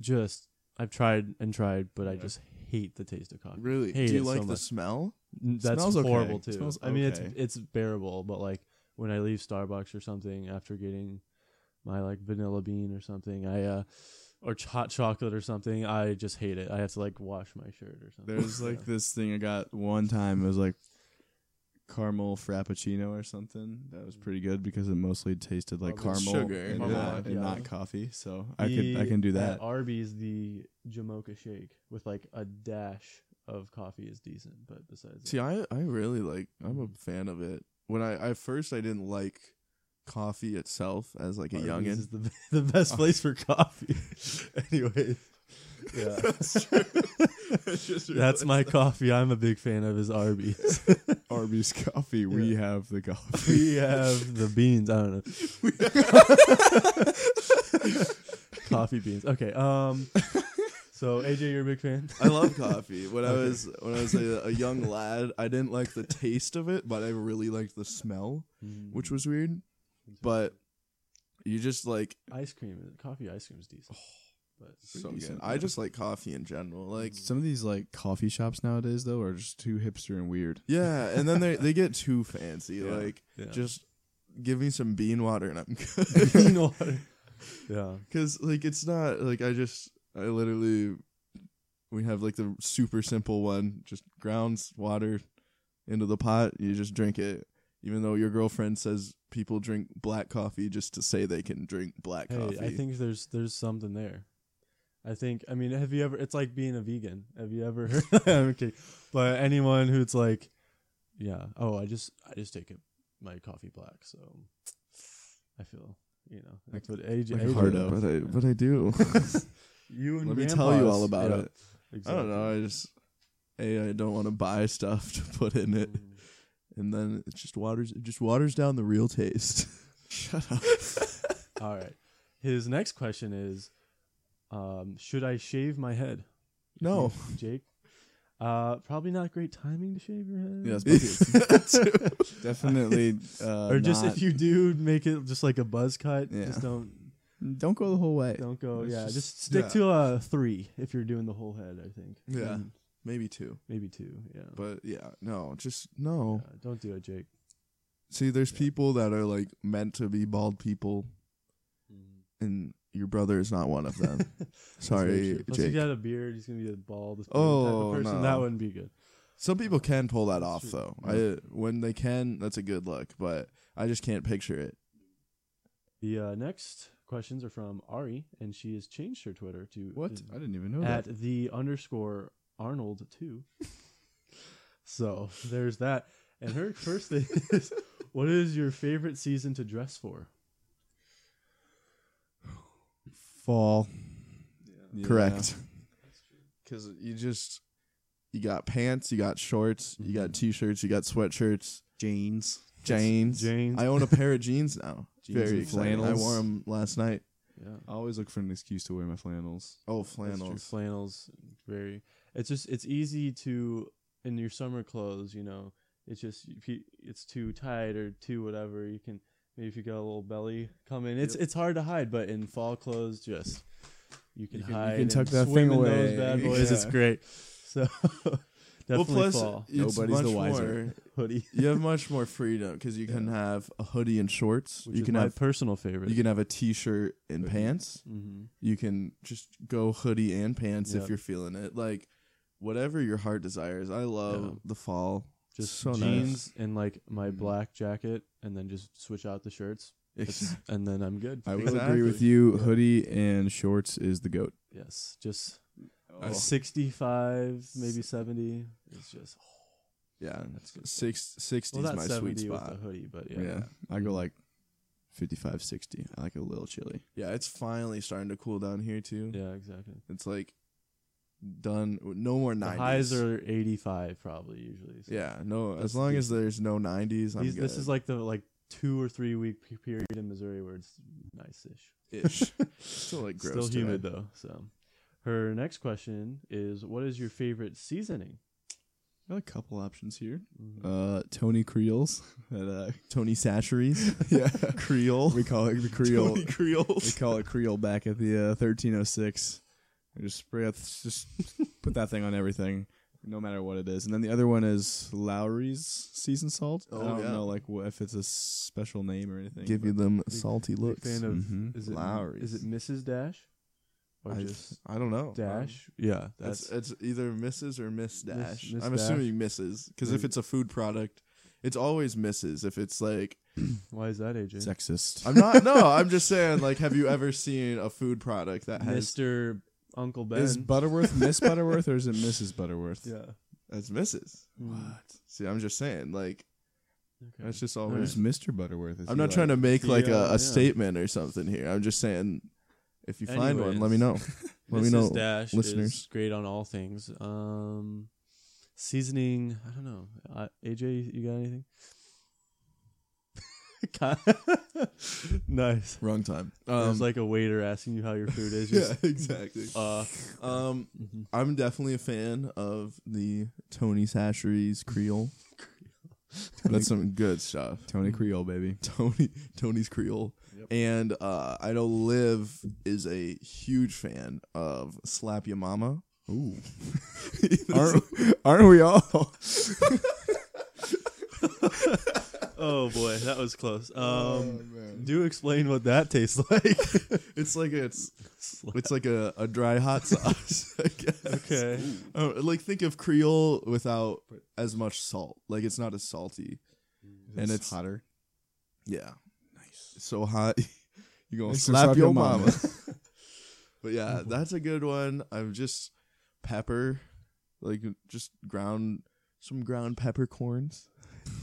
Speaker 3: Just, I've tried and tried, but I
Speaker 2: Yeah.
Speaker 3: just hate the taste of coffee.
Speaker 1: really.
Speaker 3: Hate
Speaker 1: Do you
Speaker 3: it so
Speaker 1: like the
Speaker 3: much.
Speaker 1: smell?
Speaker 3: N- That's
Speaker 1: smells okay.
Speaker 3: horrible, too.
Speaker 1: Smells
Speaker 3: I mean, it's
Speaker 1: okay.
Speaker 3: it's bearable, but like when I leave Starbucks or something after getting my like vanilla bean or something, I, uh, or ch- hot chocolate or something, I just hate it. I have to like wash my shirt or something.
Speaker 2: There's like
Speaker 3: Yeah.
Speaker 2: this thing I got one time. It was like caramel frappuccino or something. That was pretty good because it mostly tasted like
Speaker 1: Well,
Speaker 2: caramel
Speaker 1: it's sugar.
Speaker 2: and,
Speaker 3: Caramel,
Speaker 2: yeah, and
Speaker 3: yeah.
Speaker 2: not coffee. So I could I can do
Speaker 3: The- at
Speaker 2: that.
Speaker 3: Arby's the Jamocha shake with like a dash of coffee is decent, but besides
Speaker 1: See,
Speaker 3: that,
Speaker 1: I, I really like. I'm a fan of it. When I, I first, I didn't like coffee itself as like a
Speaker 3: Arby's
Speaker 1: youngin.
Speaker 3: is the the best place for coffee. Anyways, yeah,
Speaker 1: That's true. I just
Speaker 3: that's
Speaker 1: realized
Speaker 3: my
Speaker 1: that.
Speaker 3: coffee. I'm a big fan of is Arby's.
Speaker 2: Arby's coffee. We have the coffee.
Speaker 3: we have the beans. I don't know. coffee beans. Okay. Um. So AJ, you're a big fan.
Speaker 1: I love coffee. When I was when I was a, a young lad, I didn't like the taste of it, but I really liked the smell,
Speaker 3: Hmm.
Speaker 1: which was weird. But you just like
Speaker 3: ice cream, coffee ice cream is decent.
Speaker 2: Oh.
Speaker 3: But
Speaker 1: so
Speaker 2: Pretty
Speaker 1: good.
Speaker 2: decent,
Speaker 1: I
Speaker 2: yeah.
Speaker 1: just like coffee in general. Like
Speaker 2: Some of these like coffee shops nowadays though are just too hipster and weird.
Speaker 1: yeah, and then they they get too fancy.
Speaker 2: Yeah.
Speaker 1: Like
Speaker 3: yeah.
Speaker 1: just give me some bean water and I'm good.
Speaker 3: bean water. Yeah.
Speaker 1: Cause like it's not like I just I literally we have like the super simple one, just grounds water into the pot, you just drink it. Even though your girlfriend says people drink black coffee just to say they can drink black
Speaker 3: Hey,
Speaker 1: coffee.
Speaker 3: I think there's there's something there. I think I mean, have you ever it's like being a vegan. Have you ever heard I'm kidding. But anyone who's like yeah, oh, I just I just take it my coffee black, so I feel, you know, that's what AJ,
Speaker 2: like
Speaker 3: AJ
Speaker 2: Hardo.
Speaker 1: but I but I do.
Speaker 3: You and
Speaker 1: Let me tell you
Speaker 3: grandpas,
Speaker 1: all about
Speaker 3: yeah,
Speaker 1: it. I don't know, I just A I don't want to buy stuff to put in it.
Speaker 3: exactly.
Speaker 1: And then it just waters it just waters down the real taste. Shut up.
Speaker 3: All right. His next question is um, Should I shave my head?
Speaker 1: No.
Speaker 3: Jake? Uh, probably not gregreat timing to shave your head.
Speaker 2: Yeah, it's
Speaker 1: Definitely
Speaker 2: Definitely. Uh,
Speaker 3: or just
Speaker 2: not-
Speaker 3: if you do, make it just like a buzz cut.
Speaker 2: Yeah.
Speaker 3: Just don't
Speaker 2: don't go the whole way.
Speaker 3: don't go.
Speaker 2: It's
Speaker 3: yeah,
Speaker 2: just-
Speaker 3: just, stick
Speaker 1: yeah.
Speaker 3: to uh three if you're doing the whole head. I think.
Speaker 1: Yeah.
Speaker 3: Mm,
Speaker 1: Maybe two.
Speaker 3: maybe two. Yeah.
Speaker 1: But yeah, no, just no.
Speaker 3: Yeah, don't do it, Jake.
Speaker 1: See, there's
Speaker 3: Yeah.
Speaker 1: people that are like meant to be bald people, and your brother is not one of them. Sorry,
Speaker 3: Plus,
Speaker 1: Jake.
Speaker 3: he's got a beard. He's gonna be the baldest
Speaker 1: Oh,
Speaker 3: type of person.
Speaker 1: no.
Speaker 3: That wouldn't be good.
Speaker 1: Some people can pull that
Speaker 3: That's
Speaker 1: off
Speaker 3: true.
Speaker 1: though.
Speaker 3: Yeah.
Speaker 1: I uh, when they can, that's a good look. But I just can't picture it.
Speaker 3: The uh, next questions are from Ari, and she has changed her Twitter to
Speaker 2: What? I didn't even know that.
Speaker 3: at the underscore Arnold two. so there's that. And her first thing is, what is your favorite season to dress for?
Speaker 2: Fall.
Speaker 1: Correct. Because you just you got pants, you got shorts, you got
Speaker 3: Mm-hmm.
Speaker 1: t-shirts, you got sweatshirts,
Speaker 2: Jeans.
Speaker 1: jeans.
Speaker 3: James.
Speaker 1: I own a pair of jeans now.
Speaker 2: Jeans
Speaker 1: Very
Speaker 2: and
Speaker 1: exciting. I
Speaker 2: flannels.
Speaker 1: wore them last night.
Speaker 3: yeah,
Speaker 2: I always look for an excuse to wear my flannels.
Speaker 1: Oh,
Speaker 3: that's true.
Speaker 1: flannels.
Speaker 3: Flannels. Very. It's just it's easy to in your summer clothes. You know, it's just if you- it's too tight or too whatever. You can maybe if you got a little belly coming, it's it's hard to hide. But in fall clothes, just you can,
Speaker 2: You can- you
Speaker 3: hide.
Speaker 2: can
Speaker 3: and
Speaker 2: tuck that
Speaker 3: swim
Speaker 2: thing
Speaker 3: in
Speaker 2: away.
Speaker 3: Those bad boys. It's
Speaker 2: Yeah.
Speaker 3: great. So definitely fall.
Speaker 1: it's
Speaker 2: Nobody's the
Speaker 1: much
Speaker 2: wiser.
Speaker 1: more-
Speaker 3: hoodie,
Speaker 1: you have much more freedom because you can have a hoodie and shorts.
Speaker 3: which
Speaker 1: you
Speaker 3: is
Speaker 1: can
Speaker 3: my
Speaker 1: have
Speaker 3: personal favorite.
Speaker 1: you can have a t-shirt and
Speaker 2: Hoodie.
Speaker 1: pants.
Speaker 3: mm-hmm.
Speaker 1: You can just go hoodie and pants if
Speaker 3: Yep.
Speaker 1: you're feeling it. Like whatever your heart desires. I love
Speaker 3: Yeah.
Speaker 1: the fall.
Speaker 3: Just
Speaker 1: so
Speaker 3: jeans and like my
Speaker 2: Mhm.
Speaker 3: black jacket, and then just switch out the shirts,
Speaker 1: nice.
Speaker 3: and then I'm good.
Speaker 2: I will
Speaker 1: Exactly.
Speaker 2: agree with you.
Speaker 3: Yeah.
Speaker 2: Hoodie and shorts is the goat.
Speaker 3: Yes, just
Speaker 1: Oh.
Speaker 3: 65, maybe 70. It's just
Speaker 1: yeah,
Speaker 3: that's good.
Speaker 1: six sixty
Speaker 3: well,
Speaker 1: is
Speaker 3: not
Speaker 1: my
Speaker 3: 70
Speaker 1: sweet
Speaker 3: with
Speaker 1: spot.
Speaker 3: the hoodie, but yeah.
Speaker 2: Yeah. I go like 55, 60. I like it a little chilly.
Speaker 1: Yeah, it's finally starting to cool down here too.
Speaker 3: Yeah, exactly.
Speaker 1: It's like done. No more
Speaker 3: The
Speaker 1: nineties.
Speaker 3: highs are 85 probably usually. so.
Speaker 1: Yeah, no.
Speaker 3: That's
Speaker 1: as long as
Speaker 3: decent.
Speaker 1: there's no nineties, I'm
Speaker 3: These,
Speaker 1: good.
Speaker 3: this is like the like 2 or 3 week pe- period in Missouri where it's nice-ish.
Speaker 1: ish. Still like gross.
Speaker 3: Still
Speaker 1: today.
Speaker 3: humid though, so. Her next question is what is your favorite seasoning?
Speaker 2: Got a couple options here.
Speaker 3: Mhm.
Speaker 2: Uh, Tony Creoles. At, uh,
Speaker 1: Tony Sacheries.
Speaker 2: yeah.
Speaker 1: Creole.
Speaker 2: We call it the Creole.
Speaker 1: Tony
Speaker 2: we
Speaker 1: Creoles.
Speaker 2: call it Creole back at the uh, 1306. We just spray it, just put that thing on everything, no matter what it is. And then the other one is Lowry's season salt.
Speaker 1: Oh,
Speaker 2: I don't
Speaker 1: yeah.
Speaker 2: know like wh- if it's a special name or anything.
Speaker 1: Give
Speaker 2: but-
Speaker 1: you them salty
Speaker 3: Big
Speaker 1: looks. mm-hmm.
Speaker 3: fan of
Speaker 2: Mhm.
Speaker 3: is it
Speaker 1: Lowry's.
Speaker 3: is it Mrs. Dash or
Speaker 1: I,
Speaker 3: just
Speaker 1: I don't know.
Speaker 3: Dash? yeah,
Speaker 1: Um, it's, it's either Mrs. or Miss Dash.
Speaker 3: Miss
Speaker 1: I'm
Speaker 3: Dash.
Speaker 1: assuming Mrs. Because if
Speaker 3: Maybe.
Speaker 1: it's a food product, It's always misses if it's like
Speaker 3: Why is that, AJ?
Speaker 2: Sexist.
Speaker 1: I'm not. No, I'm just saying. Like, have you ever seen a food product that has
Speaker 3: Mr. Uncle Ben.
Speaker 2: Is Butterworth Miss Butterworth or is it Mrs. Butterworth?
Speaker 3: yeah.
Speaker 1: that's misses? See, I'm just saying. Like,
Speaker 3: Mm, Okay.
Speaker 1: that's just always.
Speaker 2: Who's Mr. Butterworth? Is
Speaker 1: I'm
Speaker 2: he
Speaker 1: not
Speaker 2: like-
Speaker 1: trying to make like
Speaker 3: Yeah,
Speaker 1: a, a
Speaker 3: yeah.
Speaker 1: statement or something here. I'm just saying, if you find one, let me know. Let
Speaker 3: Mrs.
Speaker 1: me know,
Speaker 3: Dash
Speaker 1: listeners.
Speaker 3: is great on all things. Um, seasoning. I don't know. Uh, AJ, you got anything? Ki- nice.
Speaker 1: Wrong time.
Speaker 3: There's
Speaker 1: Um,
Speaker 3: like a waiter asking you how your food is.
Speaker 1: yeah,
Speaker 3: Just,
Speaker 1: exactly.
Speaker 3: Uh,
Speaker 1: Um,
Speaker 3: mhm.
Speaker 1: I'm definitely a fan of the Tony Sachery's Creole. That's some good stuff.
Speaker 2: Tony Creole, baby.
Speaker 1: Tony Tony's Creole. And uh, I know Liv is a huge fan of Slap Your Mama.
Speaker 2: Ooh. aren't, aren't we all?
Speaker 3: oh boy, that was close. Um,
Speaker 1: Oh,
Speaker 3: do explain what that tastes like.
Speaker 1: It's like it's it's like a, a dry hot sauce, I guess.
Speaker 3: okay.
Speaker 1: Oh, like think of Creole without as much salt. Like it's not as salty.
Speaker 2: and
Speaker 1: And
Speaker 2: it's
Speaker 1: it's-
Speaker 2: hotter.
Speaker 1: Yeah. Nice. so hot. you gonna
Speaker 2: Thanks for
Speaker 1: slap
Speaker 2: slapping
Speaker 1: your
Speaker 2: mama.
Speaker 1: mama. but yeah,
Speaker 3: Mm-hmm.
Speaker 1: that's a good one. I'm just pepper, like just ground some ground peppercorns.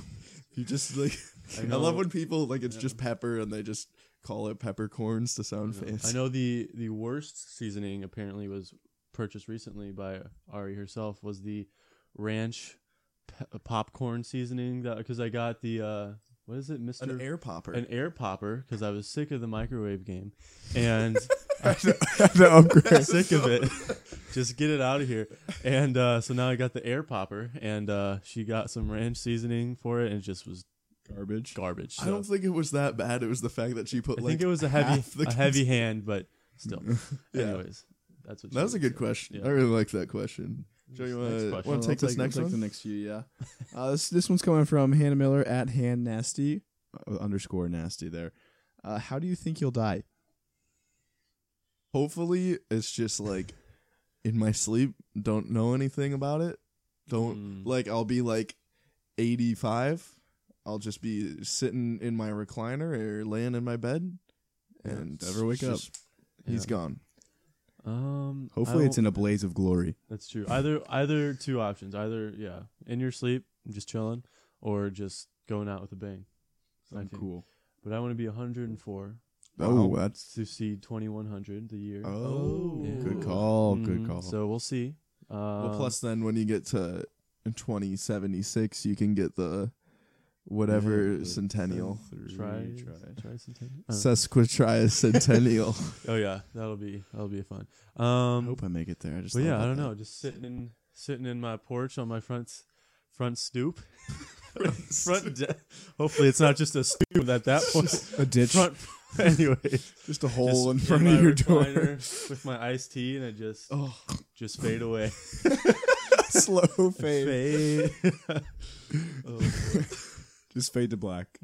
Speaker 1: you just like I, love when people like it's just pepper and they just call it peppercorns to sound fancy.
Speaker 3: I know the the worst seasoning apparently was purchased recently by Ari herself was the ranch pe- uh, popcorn seasoning that because I got the uh what is it Mr.
Speaker 1: An air popper.
Speaker 3: an air popper because I was sick of the microwave game and
Speaker 2: the upgrade.
Speaker 3: sick of it. Just get it out of here. And uh, so now I got the air popper and uh, she got some ranch seasoning for it and it just was
Speaker 2: Garbage.
Speaker 3: garbage.
Speaker 1: I
Speaker 3: So
Speaker 1: don't think it was that bad. It was the fact that she put
Speaker 3: I
Speaker 1: like
Speaker 3: think it was a heavy
Speaker 1: half the
Speaker 3: a heavy hand, but still.
Speaker 1: Yeah.
Speaker 3: Anyways, that's what she
Speaker 1: That was a
Speaker 3: would
Speaker 1: good
Speaker 3: say.
Speaker 1: question.
Speaker 3: Yeah.
Speaker 1: I really like that question. Joe, you
Speaker 3: Next
Speaker 1: want
Speaker 3: question.
Speaker 1: to Uh, take this
Speaker 2: I'll
Speaker 1: next
Speaker 2: I'll
Speaker 1: one?
Speaker 2: the next few, yeah. Uh, this this one's coming from Hannah Miller at Hand Nasty uh, underscore Nasty there. Uh, how do you think you'll die?
Speaker 1: Hopefully, it's just like in my sleep. Don't know anything about it. Don't
Speaker 3: Mm.
Speaker 1: Mm-hmm. like. I'll be like eighty-five. I'll just be sitting in my recliner or laying in my bed, and
Speaker 2: never wake up.
Speaker 1: He's
Speaker 3: Yeah.
Speaker 1: gone.
Speaker 3: Um,
Speaker 2: Hopefully, it's
Speaker 3: in.
Speaker 2: in a blaze of glory.
Speaker 3: That's true. Either either two options. Either yeah, in your sleep, just chilling, or just going out with a bang. I think.
Speaker 2: cool.
Speaker 3: But I want to be 104
Speaker 2: Oh,
Speaker 1: Wow.
Speaker 2: that's
Speaker 3: to see 2100 the year.
Speaker 2: oh,
Speaker 3: Yeah.
Speaker 2: good call, good
Speaker 3: Mhm.
Speaker 2: call.
Speaker 3: So we'll see. Um,
Speaker 1: well,
Speaker 2: uh,
Speaker 1: plus then when you get to twenty seventy-six, you can get the whatever
Speaker 2: Yeah, the-
Speaker 1: centennial,
Speaker 3: try
Speaker 2: Three, try.
Speaker 3: try centennial. Uh,
Speaker 1: sesquitricentennial.
Speaker 3: oh yeah, that'll be that'll be fun.
Speaker 2: I
Speaker 3: Um,
Speaker 2: hope I make it there. I just
Speaker 3: but
Speaker 2: thought
Speaker 3: yeah,
Speaker 2: about
Speaker 3: I don't
Speaker 2: that.
Speaker 3: know. Just sitting in sitting in my porch on my front front stoop. front de- hopefully it's not just a stoop at that point.
Speaker 2: A ditch,
Speaker 3: Front anyway.
Speaker 2: just a hole in
Speaker 3: Just
Speaker 2: front
Speaker 3: my
Speaker 2: of your door.
Speaker 3: recliner with my iced tea, and I just
Speaker 1: Oh.
Speaker 3: just fade away.
Speaker 2: Slow
Speaker 3: Fade.
Speaker 2: fade.
Speaker 3: oh, Mm-hmm.
Speaker 2: Just fade to black.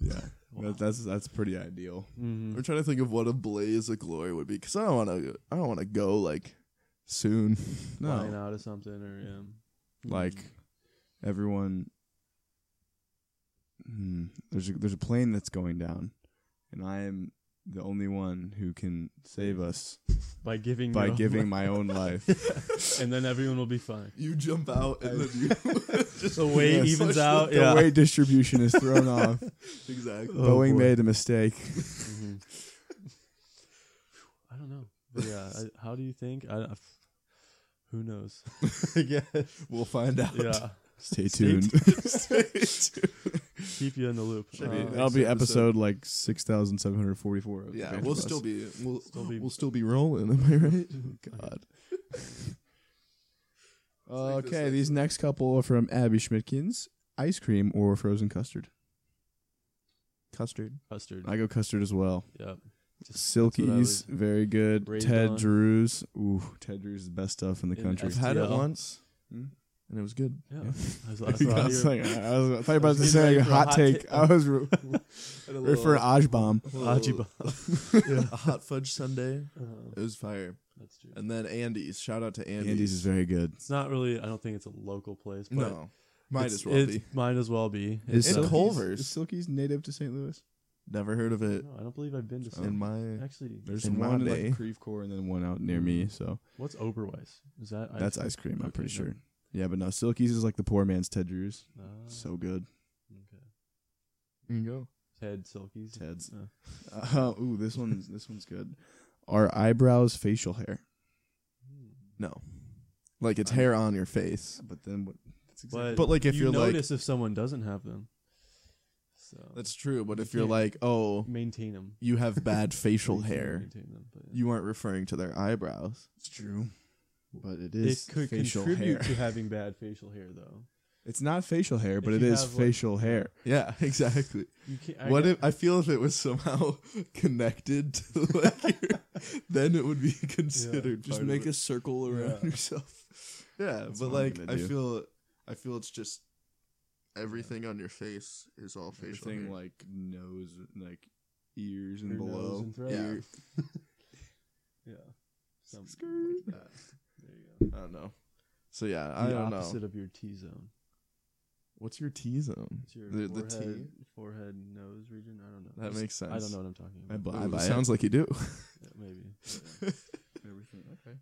Speaker 2: Yeah,
Speaker 3: Wow.
Speaker 2: that, that's that's pretty ideal.
Speaker 3: mhm.
Speaker 1: I'm trying to think of what a blaze of glory would be because I don't want to. I don't want to go like soon.
Speaker 3: Flying
Speaker 2: No,
Speaker 3: out of something, or um,
Speaker 2: like everyone. Hmm, there's a, there's a plane that's going down, and I am the only one who can save us
Speaker 3: by giving
Speaker 2: by
Speaker 3: your-
Speaker 2: giving my own life.
Speaker 3: and then everyone will be fine.
Speaker 1: You jump out and then you just
Speaker 3: The weight
Speaker 1: push
Speaker 3: evens
Speaker 1: the-
Speaker 3: out.
Speaker 2: The
Speaker 3: Yeah.
Speaker 2: weight distribution is thrown off.
Speaker 1: Exactly.
Speaker 2: Boeing
Speaker 3: boy.
Speaker 2: made a mistake.
Speaker 3: Mhm. I don't know. But yeah, I, how do you think? I, I- who knows?
Speaker 1: I guess we'll find out.
Speaker 3: Yeah,
Speaker 2: Stay
Speaker 3: Stay
Speaker 2: tuned.
Speaker 1: Stay tuned.
Speaker 3: keep you in the loop.
Speaker 1: Should be
Speaker 3: Uh,
Speaker 1: next
Speaker 2: That'll be
Speaker 1: episode.
Speaker 2: episode like six thousand seven hundred forty-four.
Speaker 1: Yeah, we'll still be we'll
Speaker 3: Still be-
Speaker 1: we'll still be rolling. Am I right? God. Let's take this
Speaker 2: Okay,
Speaker 1: next
Speaker 2: these
Speaker 1: one.
Speaker 2: next couple are from Abby Schmidkins. Ice cream or frozen custard?
Speaker 1: Custard.
Speaker 3: custard.
Speaker 2: I go custard as well.
Speaker 3: Yep. Just- that's what I
Speaker 2: Silkies,
Speaker 3: was-
Speaker 2: very good.
Speaker 3: raised
Speaker 2: Ted
Speaker 3: on.
Speaker 2: Drew's, ooh, Ted Drew's is the best stuff in the
Speaker 3: In
Speaker 2: country.
Speaker 1: I've had it
Speaker 3: STL.
Speaker 1: once,
Speaker 2: Hmm?
Speaker 1: and it was good.
Speaker 3: Yeah.
Speaker 2: Yeah.
Speaker 3: I was, I
Speaker 2: I
Speaker 3: was- I
Speaker 2: was
Speaker 3: was-
Speaker 2: like- I was I thought you were
Speaker 3: I
Speaker 2: about
Speaker 3: was
Speaker 2: to
Speaker 3: getting
Speaker 2: say
Speaker 3: ready
Speaker 2: a
Speaker 3: for a
Speaker 2: hot
Speaker 3: hot
Speaker 2: take.
Speaker 3: take.
Speaker 2: I was re-
Speaker 1: Had a
Speaker 2: ready for an Aj bomb.
Speaker 3: Haji
Speaker 1: a hot fudge sundae.
Speaker 3: Uh,
Speaker 1: It was fire.
Speaker 3: that's true.
Speaker 1: And then Andy's. Shout out to Andy's.
Speaker 2: Andy's is very good.
Speaker 3: It's not really. I don't think it's a local place. But
Speaker 1: no, Might
Speaker 3: It's-
Speaker 1: as well
Speaker 3: it's-
Speaker 1: be.
Speaker 3: Might as well be.
Speaker 2: Is
Speaker 1: In
Speaker 3: uh,
Speaker 2: Silky's-
Speaker 1: Culver's.
Speaker 2: Is Silky's native to St. Louis?
Speaker 1: Never heard of it
Speaker 3: no, I don't believe I've been to.
Speaker 1: in
Speaker 3: Sil-
Speaker 1: my.
Speaker 3: Actually,
Speaker 2: There's
Speaker 1: In
Speaker 2: one in
Speaker 1: Monday.
Speaker 2: like Creve Coeur and then one out near me. So
Speaker 3: what's Oberweis? Is that ice
Speaker 2: that's
Speaker 3: cream?
Speaker 2: Mm. ice cream. I'm
Speaker 3: Okay,
Speaker 2: pretty
Speaker 3: no.
Speaker 2: sure. Yeah, but no, Silky's is like the poor man's Ted Drew's.
Speaker 3: Ah,
Speaker 2: So good.
Speaker 3: okay.
Speaker 1: You go.
Speaker 3: Ted Silkies.
Speaker 2: Ted's.
Speaker 3: Uh,
Speaker 2: Uh, ooh, this one's this one's good. Are eyebrows facial hair?
Speaker 3: hmm.
Speaker 1: No, like it's hair on your face.
Speaker 2: But then what? That's
Speaker 1: But, like, if
Speaker 3: you
Speaker 1: you're, like-
Speaker 3: notice if someone doesn't have them, so
Speaker 1: That's true. But
Speaker 3: You
Speaker 1: if you're
Speaker 3: can't-
Speaker 1: like, oh,
Speaker 3: maintain them.
Speaker 1: you have bad facial
Speaker 3: Maintain-
Speaker 1: hair,
Speaker 3: Maintain them, but, yeah.
Speaker 1: you aren't referring to their eyebrows.
Speaker 2: it's true. But
Speaker 3: it
Speaker 2: it is
Speaker 3: could
Speaker 2: facial
Speaker 3: contribute
Speaker 2: hair.
Speaker 3: to having bad facial hair, though.
Speaker 2: it's not facial hair, but
Speaker 3: If
Speaker 2: it
Speaker 3: you
Speaker 2: is
Speaker 3: have, like-
Speaker 2: facial hair.
Speaker 1: Yeah, exactly.
Speaker 3: You can't, I
Speaker 1: what
Speaker 3: got-
Speaker 1: if I feel if it was somehow connected to like your, then it would be considered.
Speaker 2: Just
Speaker 1: part of
Speaker 2: make
Speaker 1: it.
Speaker 2: a
Speaker 1: circle
Speaker 3: around
Speaker 1: yourself. Yeah,
Speaker 2: That's
Speaker 1: but
Speaker 2: what I'm
Speaker 1: like
Speaker 2: gonna
Speaker 1: I
Speaker 2: do.
Speaker 1: feel I feel it's just everything on your face is all facial.
Speaker 2: Everything
Speaker 1: hair.
Speaker 2: like nose, like ears and
Speaker 3: Your nose
Speaker 2: below.
Speaker 3: and throat.
Speaker 1: Yeah.
Speaker 3: yeah, something
Speaker 1: Skirt.
Speaker 3: like that. There you
Speaker 1: I don't know. So yeah,
Speaker 3: go.
Speaker 1: I
Speaker 3: the
Speaker 1: don't
Speaker 3: opposite
Speaker 1: know.
Speaker 3: of your T zone.
Speaker 1: What's your T zone?
Speaker 3: It's your
Speaker 1: The- the
Speaker 3: forehead, forehead, nose region. I don't know.
Speaker 1: That
Speaker 3: It's-
Speaker 1: makes sense.
Speaker 3: I don't know what I'm talking
Speaker 2: I
Speaker 3: about.
Speaker 2: bu- I
Speaker 1: Ooh,
Speaker 2: buy it.
Speaker 1: sounds like you do.
Speaker 3: Yeah, maybe.
Speaker 2: Everything. Okay.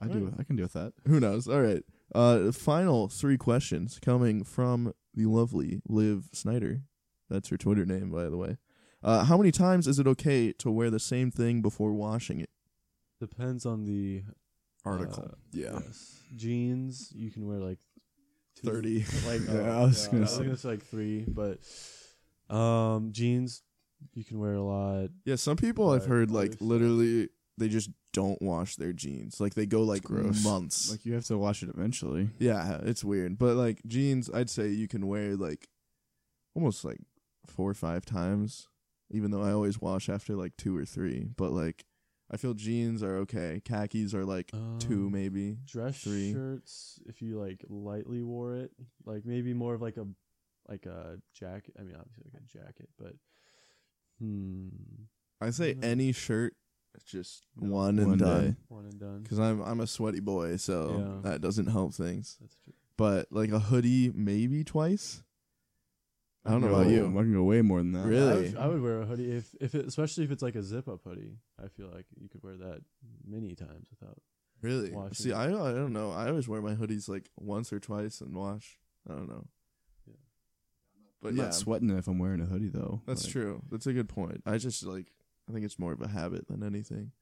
Speaker 2: I do. I can deal with that.
Speaker 1: Who knows? All right. Uh, final three questions coming from the lovely Liv Snyder. That's her Twitter name, by the way. Uh, how many times is it okay to wear the same thing before washing it?
Speaker 3: Depends on the uh,
Speaker 1: yeah.
Speaker 3: Yes. Jeans, you can wear like two-
Speaker 1: 30.
Speaker 3: Like
Speaker 2: Yeah,
Speaker 3: oh,
Speaker 2: I was
Speaker 3: yeah, I
Speaker 2: gonna
Speaker 3: was
Speaker 2: say.
Speaker 3: gonna say like three, but um, jeans you can wear a lot.
Speaker 1: Yeah, some people I've
Speaker 3: Right,
Speaker 1: heard, like,
Speaker 3: others-
Speaker 1: literally, they just don't wash their jeans. Like, they go, like,
Speaker 2: gross.
Speaker 1: months.
Speaker 2: Like you have to wash it eventually.
Speaker 1: yeah, it's weird. But, like, jeans, I'd say you can wear, like, almost, like, four or five times, even though I always wash after, like, two or three. But, like, I feel jeans are okay. Khakis are, like, two
Speaker 3: Um,
Speaker 1: maybe.
Speaker 3: dress
Speaker 1: three.
Speaker 3: shirts. If you like lightly wore it, like maybe more of like a like a jacket. I mean, obviously like a jacket, but hmm,
Speaker 1: I say
Speaker 3: Mm.
Speaker 1: any shirt, it's just
Speaker 3: No.
Speaker 1: one and
Speaker 2: One
Speaker 1: done.
Speaker 2: day.
Speaker 3: one and done.
Speaker 1: Because I'm I'm a sweaty boy, so
Speaker 3: Yeah.
Speaker 1: that doesn't help things.
Speaker 3: That's true.
Speaker 1: But like a hoodie, maybe twice. I don't know
Speaker 2: Go-
Speaker 1: about you.
Speaker 2: I can go way more than that.
Speaker 1: Really?
Speaker 3: I would, I would wear a hoodie if if it, especially if it's like a zip up hoodie. I feel like you could wear that many times without.
Speaker 1: Really?
Speaker 3: Washing.
Speaker 1: See, I I don't know. I always wear my hoodies like once or twice and wash. I don't know.
Speaker 3: Yeah.
Speaker 1: But
Speaker 2: I'm
Speaker 1: yeah,
Speaker 2: not sweating if I'm wearing a hoodie though.
Speaker 1: that's
Speaker 2: Like,
Speaker 1: true. That's a good point. I just like I think it's more of a habit than anything.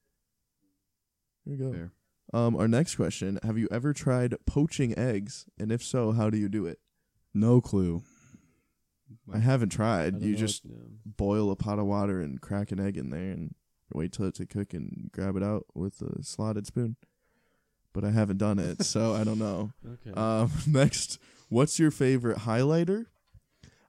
Speaker 1: Here we go.
Speaker 2: Fair.
Speaker 1: Um, our next question: Have you ever tried poaching eggs? And if so, how do you do it?
Speaker 2: No clue.
Speaker 1: I haven't tried.
Speaker 3: I don't
Speaker 1: you
Speaker 3: know
Speaker 1: just
Speaker 3: if- yeah.
Speaker 1: boil a pot of water and crack an egg in there and wait till it to cook and grab it out with a slotted spoon. But I haven't done it, so I don't know.
Speaker 3: Okay.
Speaker 1: Um, next, what's your favorite highlighter?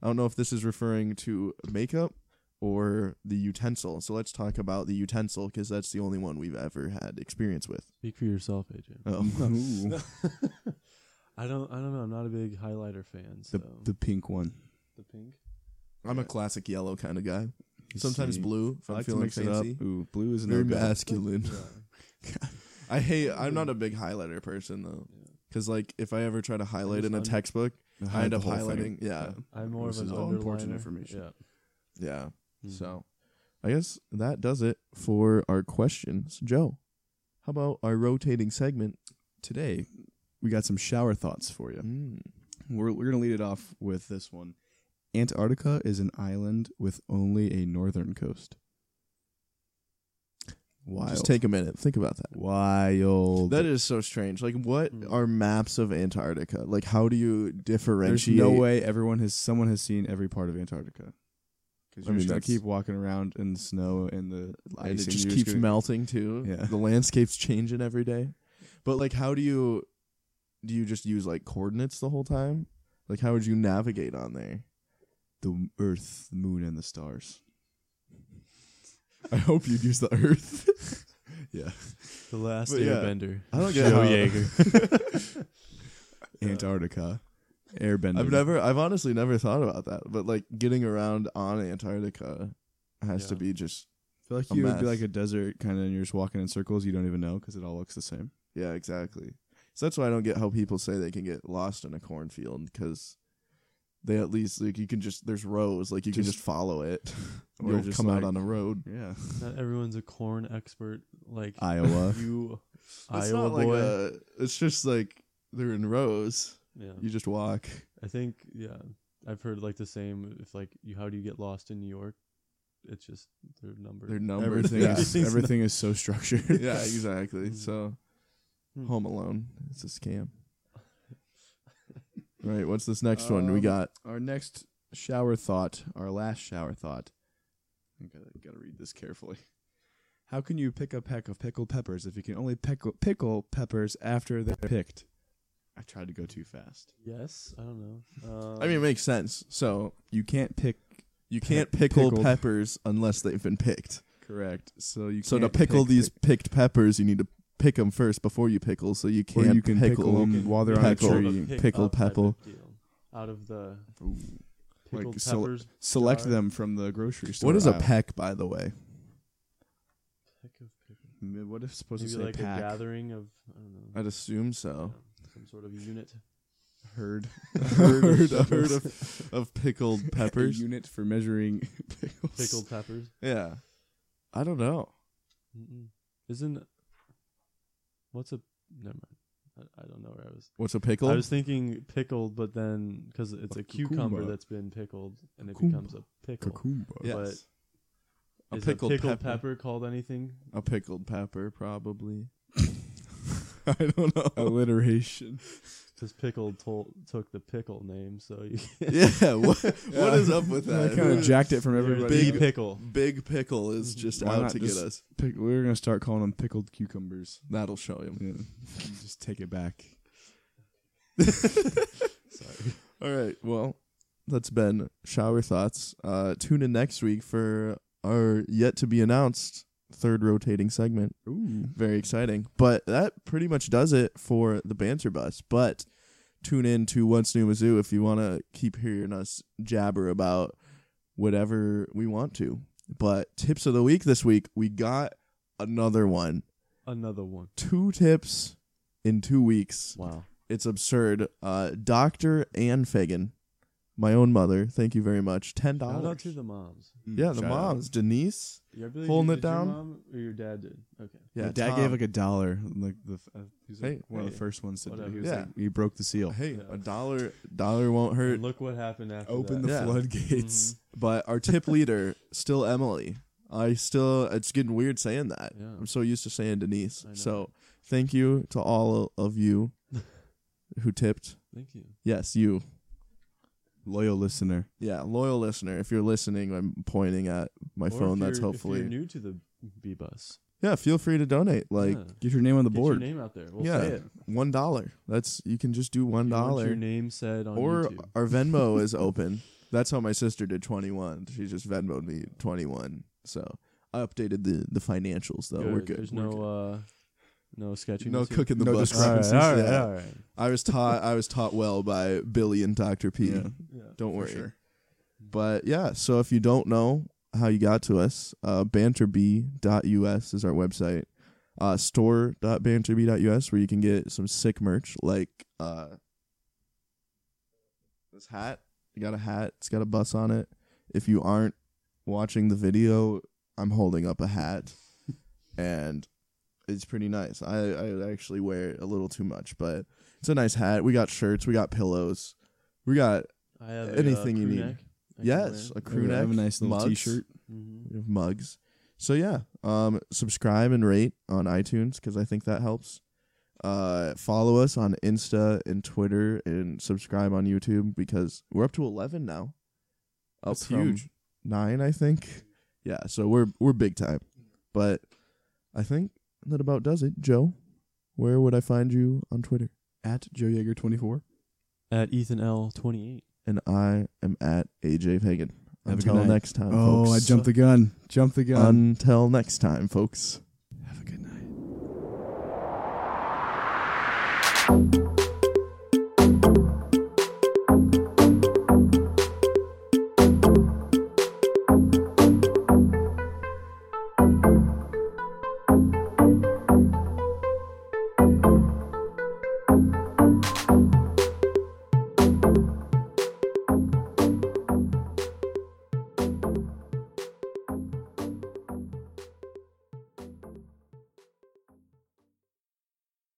Speaker 1: I don't know if this is referring to makeup or the utensil. So let's talk about the utensil because that's the only one we've ever had experience with.
Speaker 3: Speak for yourself, AJ.
Speaker 1: Oh,
Speaker 2: Ooh.
Speaker 3: I don't. I don't know. I'm not a big highlighter fan. So
Speaker 2: the the pink one.
Speaker 3: the pink.
Speaker 1: I'm a classic yellow kind of guy.
Speaker 2: You
Speaker 1: Sometimes
Speaker 2: see.
Speaker 1: blue if
Speaker 2: I
Speaker 1: I'm
Speaker 2: like to
Speaker 1: feeling
Speaker 2: mix it
Speaker 1: fancy.
Speaker 2: up. Ooh, blue is
Speaker 1: Very
Speaker 2: no good.
Speaker 1: masculine. I hate. I'm not a big highlighter person though. Because like if I ever try to highlight
Speaker 3: just
Speaker 1: in a
Speaker 3: un-
Speaker 1: textbook, I end
Speaker 2: the
Speaker 1: up
Speaker 2: whole thing.
Speaker 1: highlighting. Yeah,
Speaker 3: I'm more
Speaker 2: This
Speaker 3: of an
Speaker 2: is all important
Speaker 3: underliner.
Speaker 2: information.
Speaker 3: Yeah.
Speaker 1: yeah.
Speaker 3: Mhm.
Speaker 1: So I guess that does it for our questions, Joe. How about our rotating segment?
Speaker 2: Today, we got some shower thoughts for you.
Speaker 1: Mm.
Speaker 2: We're we're gonna lead it off with this one. Antarctica is an island with only a northern coast. Wild.
Speaker 1: Just take a minute, think about that.
Speaker 2: wild.
Speaker 1: That is so strange. Like, what
Speaker 3: Mm.
Speaker 1: are maps of Antarctica? Like, how do you
Speaker 2: There's
Speaker 1: differentiate?
Speaker 2: no way everyone has someone has seen every part of Antarctica.
Speaker 1: I
Speaker 2: Because you're
Speaker 1: mean,
Speaker 2: just gonna
Speaker 1: that's-
Speaker 2: keep walking around in the snow and the ice,
Speaker 1: and it
Speaker 2: you're
Speaker 1: just keeps
Speaker 2: gonna-
Speaker 1: melting too.
Speaker 2: Yeah.
Speaker 1: The landscape's changing every day. But like how do you do you just use like coordinates the whole time? Like how would you navigate on there?
Speaker 2: the Earth, the Moon, and the stars.
Speaker 1: I hope you'd use the earth.
Speaker 2: Yeah,
Speaker 3: The last
Speaker 1: But yeah.
Speaker 3: Airbender.
Speaker 1: I don't get
Speaker 3: Joe
Speaker 1: how-
Speaker 3: Yeager.
Speaker 2: Antarctica, Airbender.
Speaker 1: I've never I've honestly never thought about that. But like getting around on Antarctica has to
Speaker 3: Yeah.
Speaker 1: be just
Speaker 2: I feel like
Speaker 1: a
Speaker 2: you would
Speaker 1: mess.
Speaker 2: be like a desert kind of, and you're just walking in circles. You don't even know because it all looks the same.
Speaker 1: yeah, exactly. So that's why I don't get how people say they can get lost in a cornfield because they at least like you can just there's rows like you can
Speaker 2: Just-
Speaker 1: just follow it
Speaker 2: Or
Speaker 1: or you'll
Speaker 2: just
Speaker 1: come
Speaker 2: like-
Speaker 1: out on a road.
Speaker 2: Yeah.
Speaker 3: Not everyone's a corn expert like
Speaker 2: Iowa.
Speaker 3: you,
Speaker 1: It's
Speaker 3: Iowa
Speaker 1: not like
Speaker 3: boy.
Speaker 1: a, it's just like they're in rows.
Speaker 3: yeah,
Speaker 1: You just walk.
Speaker 3: I think yeah, I've heard like the same. If like you, how do you get lost in New York? It's just their number.
Speaker 1: They're numbered.
Speaker 2: everything
Speaker 1: Yeah.
Speaker 2: is everything is so structured.
Speaker 1: yeah, exactly.
Speaker 3: Mm.
Speaker 1: So
Speaker 3: Hmm.
Speaker 1: Home Alone. It's a scam. All right, what's this next one we
Speaker 2: Um,
Speaker 1: got?
Speaker 2: Our next shower thought, our last shower thought. I gotta, gotta read this carefully. How can you pick a peck of pickled peppers if you can only pickle, pickle peppers after they're picked? I tried to go too fast.
Speaker 3: yes, I don't know. Um,
Speaker 1: I mean, it makes sense. So
Speaker 2: You can't pick
Speaker 1: you
Speaker 2: Pe-
Speaker 1: can't pickle
Speaker 2: pickled.
Speaker 1: peppers unless they've been picked.
Speaker 2: correct, so you
Speaker 1: So to
Speaker 2: can't
Speaker 1: pickle
Speaker 2: pick-
Speaker 1: these picked peppers, you need to pick them first before you pickle. So you
Speaker 2: or
Speaker 1: can't
Speaker 2: you can pickle,
Speaker 1: pickle
Speaker 2: them
Speaker 3: You can
Speaker 2: while they're
Speaker 1: pickle.
Speaker 2: on
Speaker 3: sort
Speaker 2: the
Speaker 3: of
Speaker 1: you
Speaker 2: tree.
Speaker 3: a pick
Speaker 1: pickle
Speaker 3: up type of
Speaker 1: pepple.
Speaker 3: deal. out of the
Speaker 2: Ooh.
Speaker 3: pickled
Speaker 2: sele-
Speaker 3: peppers.
Speaker 2: Select
Speaker 3: jar.
Speaker 2: them from the grocery store.
Speaker 1: What is a
Speaker 2: aisle.
Speaker 1: peck, by the way?
Speaker 3: Pick of pickle.
Speaker 2: M- What if it's supposed
Speaker 3: Maybe
Speaker 2: to say
Speaker 3: like
Speaker 2: pack?
Speaker 3: a gathering of I don't know
Speaker 1: I'd assume so.
Speaker 3: some sort of unit.
Speaker 2: herd,
Speaker 1: Herd, a herd of, of pickled
Speaker 2: peppers,
Speaker 1: peppers.
Speaker 2: unit for measuring pickles.
Speaker 3: Pickled peppers.
Speaker 1: yeah, I don't know.
Speaker 3: Mm-mm. Isn't what's a never mind. I, I don't know where I was.
Speaker 1: What's a pickle?
Speaker 3: I was thinking pickled, but then because it's a cucumber
Speaker 2: cucumba.
Speaker 3: that's been pickled and it
Speaker 2: Cucumba.
Speaker 3: becomes a pickle.
Speaker 2: Cucumba.
Speaker 1: yes. a
Speaker 3: Is
Speaker 1: pickled,
Speaker 3: a pickled
Speaker 1: pepper.
Speaker 3: pepper. called anything?
Speaker 1: A pickled pepper, probably.
Speaker 2: I don't know. Alliteration.
Speaker 3: Because pickled tol- took the pickle name, so you
Speaker 1: yeah. What, what is up with
Speaker 2: I
Speaker 1: that?
Speaker 2: kind of jacked it from
Speaker 3: Big
Speaker 2: everybody.
Speaker 3: pickle.
Speaker 1: Big pickle is just
Speaker 2: Why
Speaker 1: out
Speaker 2: not
Speaker 1: to
Speaker 2: just-
Speaker 1: get us.
Speaker 2: Pick- we were gonna start calling them pickled cucumbers.
Speaker 1: That'll show him.
Speaker 2: Yeah. just take it back.
Speaker 3: Sorry.
Speaker 1: All right. Well, that's been shower thoughts. Uh, tune in next week for our yet to be announced third rotating segment.
Speaker 2: Ooh.
Speaker 1: Very exciting. But that pretty much does it for the banter bus. But tune in to Once New Mizzou if you want to keep hearing us jabber about whatever we want to. But tips of the week this week, we got another one.
Speaker 3: Another one.
Speaker 1: Two tips in two weeks
Speaker 3: Wow.
Speaker 1: it's absurd. Uh, Doctor Ann Fagan, my own mother. Thank you very much. Ten
Speaker 3: Shout out
Speaker 1: dollars.
Speaker 3: to the moms.
Speaker 1: Yeah, the
Speaker 2: Shout
Speaker 1: moms. Denise.
Speaker 3: Yeah, I believe
Speaker 1: Holding
Speaker 3: you-
Speaker 1: it
Speaker 3: did your
Speaker 1: down?
Speaker 3: mom or your dad did. Okay.
Speaker 2: Yeah,
Speaker 1: Yeah,
Speaker 2: dad
Speaker 1: Tom.
Speaker 2: gave like a dollar. Like the, f- uh, he was like
Speaker 1: Hey,
Speaker 2: one of
Speaker 3: hey,
Speaker 2: the first ones to do.
Speaker 3: whatever.
Speaker 2: He was
Speaker 1: Yeah.
Speaker 2: like, he broke the seal.
Speaker 1: hey,
Speaker 3: Yeah.
Speaker 1: a dollar. Dollar won't hurt.
Speaker 3: And look what happened after
Speaker 2: Open
Speaker 3: that.
Speaker 2: the
Speaker 1: Yeah.
Speaker 2: floodgates.
Speaker 1: But our tip leader still Emily. I still. It's getting weird saying that.
Speaker 3: Yeah.
Speaker 1: I'm so used to saying Denise.
Speaker 3: I know.
Speaker 1: So thank you to all of you who tipped.
Speaker 3: Thank you.
Speaker 1: Yes, you.
Speaker 3: Mm-hmm.
Speaker 2: Loyal listener.
Speaker 1: Yeah, loyal listener. If you're listening, I'm pointing at my
Speaker 3: Or
Speaker 1: phone.
Speaker 3: if
Speaker 1: That's
Speaker 3: you're- If
Speaker 1: hopefully.
Speaker 3: you're new to the B bus,
Speaker 1: yeah, feel free to donate. Like
Speaker 3: yeah.
Speaker 2: Get your name on the
Speaker 3: Get
Speaker 2: board.
Speaker 3: your name out there. We'll
Speaker 1: Yeah.
Speaker 3: say it.
Speaker 1: one dollar. That's you can just do one
Speaker 3: You want
Speaker 1: dollar.
Speaker 3: Your name said on
Speaker 1: or
Speaker 3: YouTube.
Speaker 1: our Venmo is open. That's how my sister did 21. She just Venmoed me 21. So I updated the the financials though. We're good.
Speaker 3: There's
Speaker 1: We're
Speaker 3: no
Speaker 1: good.
Speaker 3: uh, no sketching.
Speaker 1: no
Speaker 3: this year?
Speaker 1: cooking the
Speaker 2: No
Speaker 1: books.
Speaker 2: discrepancies.
Speaker 1: Yeah.
Speaker 3: All right, all right.
Speaker 1: I was taught I was taught well by Billy and Dr. P.
Speaker 2: Yeah.
Speaker 3: Yeah.
Speaker 1: Don't
Speaker 2: For
Speaker 1: worry.
Speaker 2: sure.
Speaker 1: But yeah, so if you don't know how you got to us, uh, banterb.us is our website. Uh, store.banterb.us where you can get some sick merch like uh, this hat. You got a hat. It's got a bus on it. If you aren't watching the video, I'm holding up a hat, and it's pretty nice. I I actually wear it a little too much, but it's a nice hat. We got shirts. We got pillows. We got
Speaker 3: I have
Speaker 1: Anything
Speaker 3: a, uh,
Speaker 1: you
Speaker 3: crew
Speaker 1: need.
Speaker 3: Neck I can
Speaker 1: yes, a
Speaker 3: wear.
Speaker 1: crew
Speaker 2: I
Speaker 1: neck.
Speaker 2: have a nice little
Speaker 1: mugs.
Speaker 2: t-shirt.
Speaker 3: Mhm.
Speaker 1: We have mugs. So yeah, um, subscribe and rate on iTunes because I think that helps. Uh, follow us on Insta and Twitter, and subscribe on YouTube because we're up to eleven now. Up
Speaker 2: That's
Speaker 1: from
Speaker 2: huge.
Speaker 1: Nine, I think. Yeah, so we're we're big time. But I think that about does it, Joe. Where would I find you on Twitter?
Speaker 2: At Joe Yeager twenty four.
Speaker 3: At Ethan L twenty eight.
Speaker 1: And I am at AJ Pagan.
Speaker 2: Have a good
Speaker 1: Until
Speaker 2: night.
Speaker 1: next time,
Speaker 2: Oh,
Speaker 1: folks.
Speaker 2: I jumped the gun. Jump the gun.
Speaker 1: Until next time, folks.
Speaker 2: Have a good night.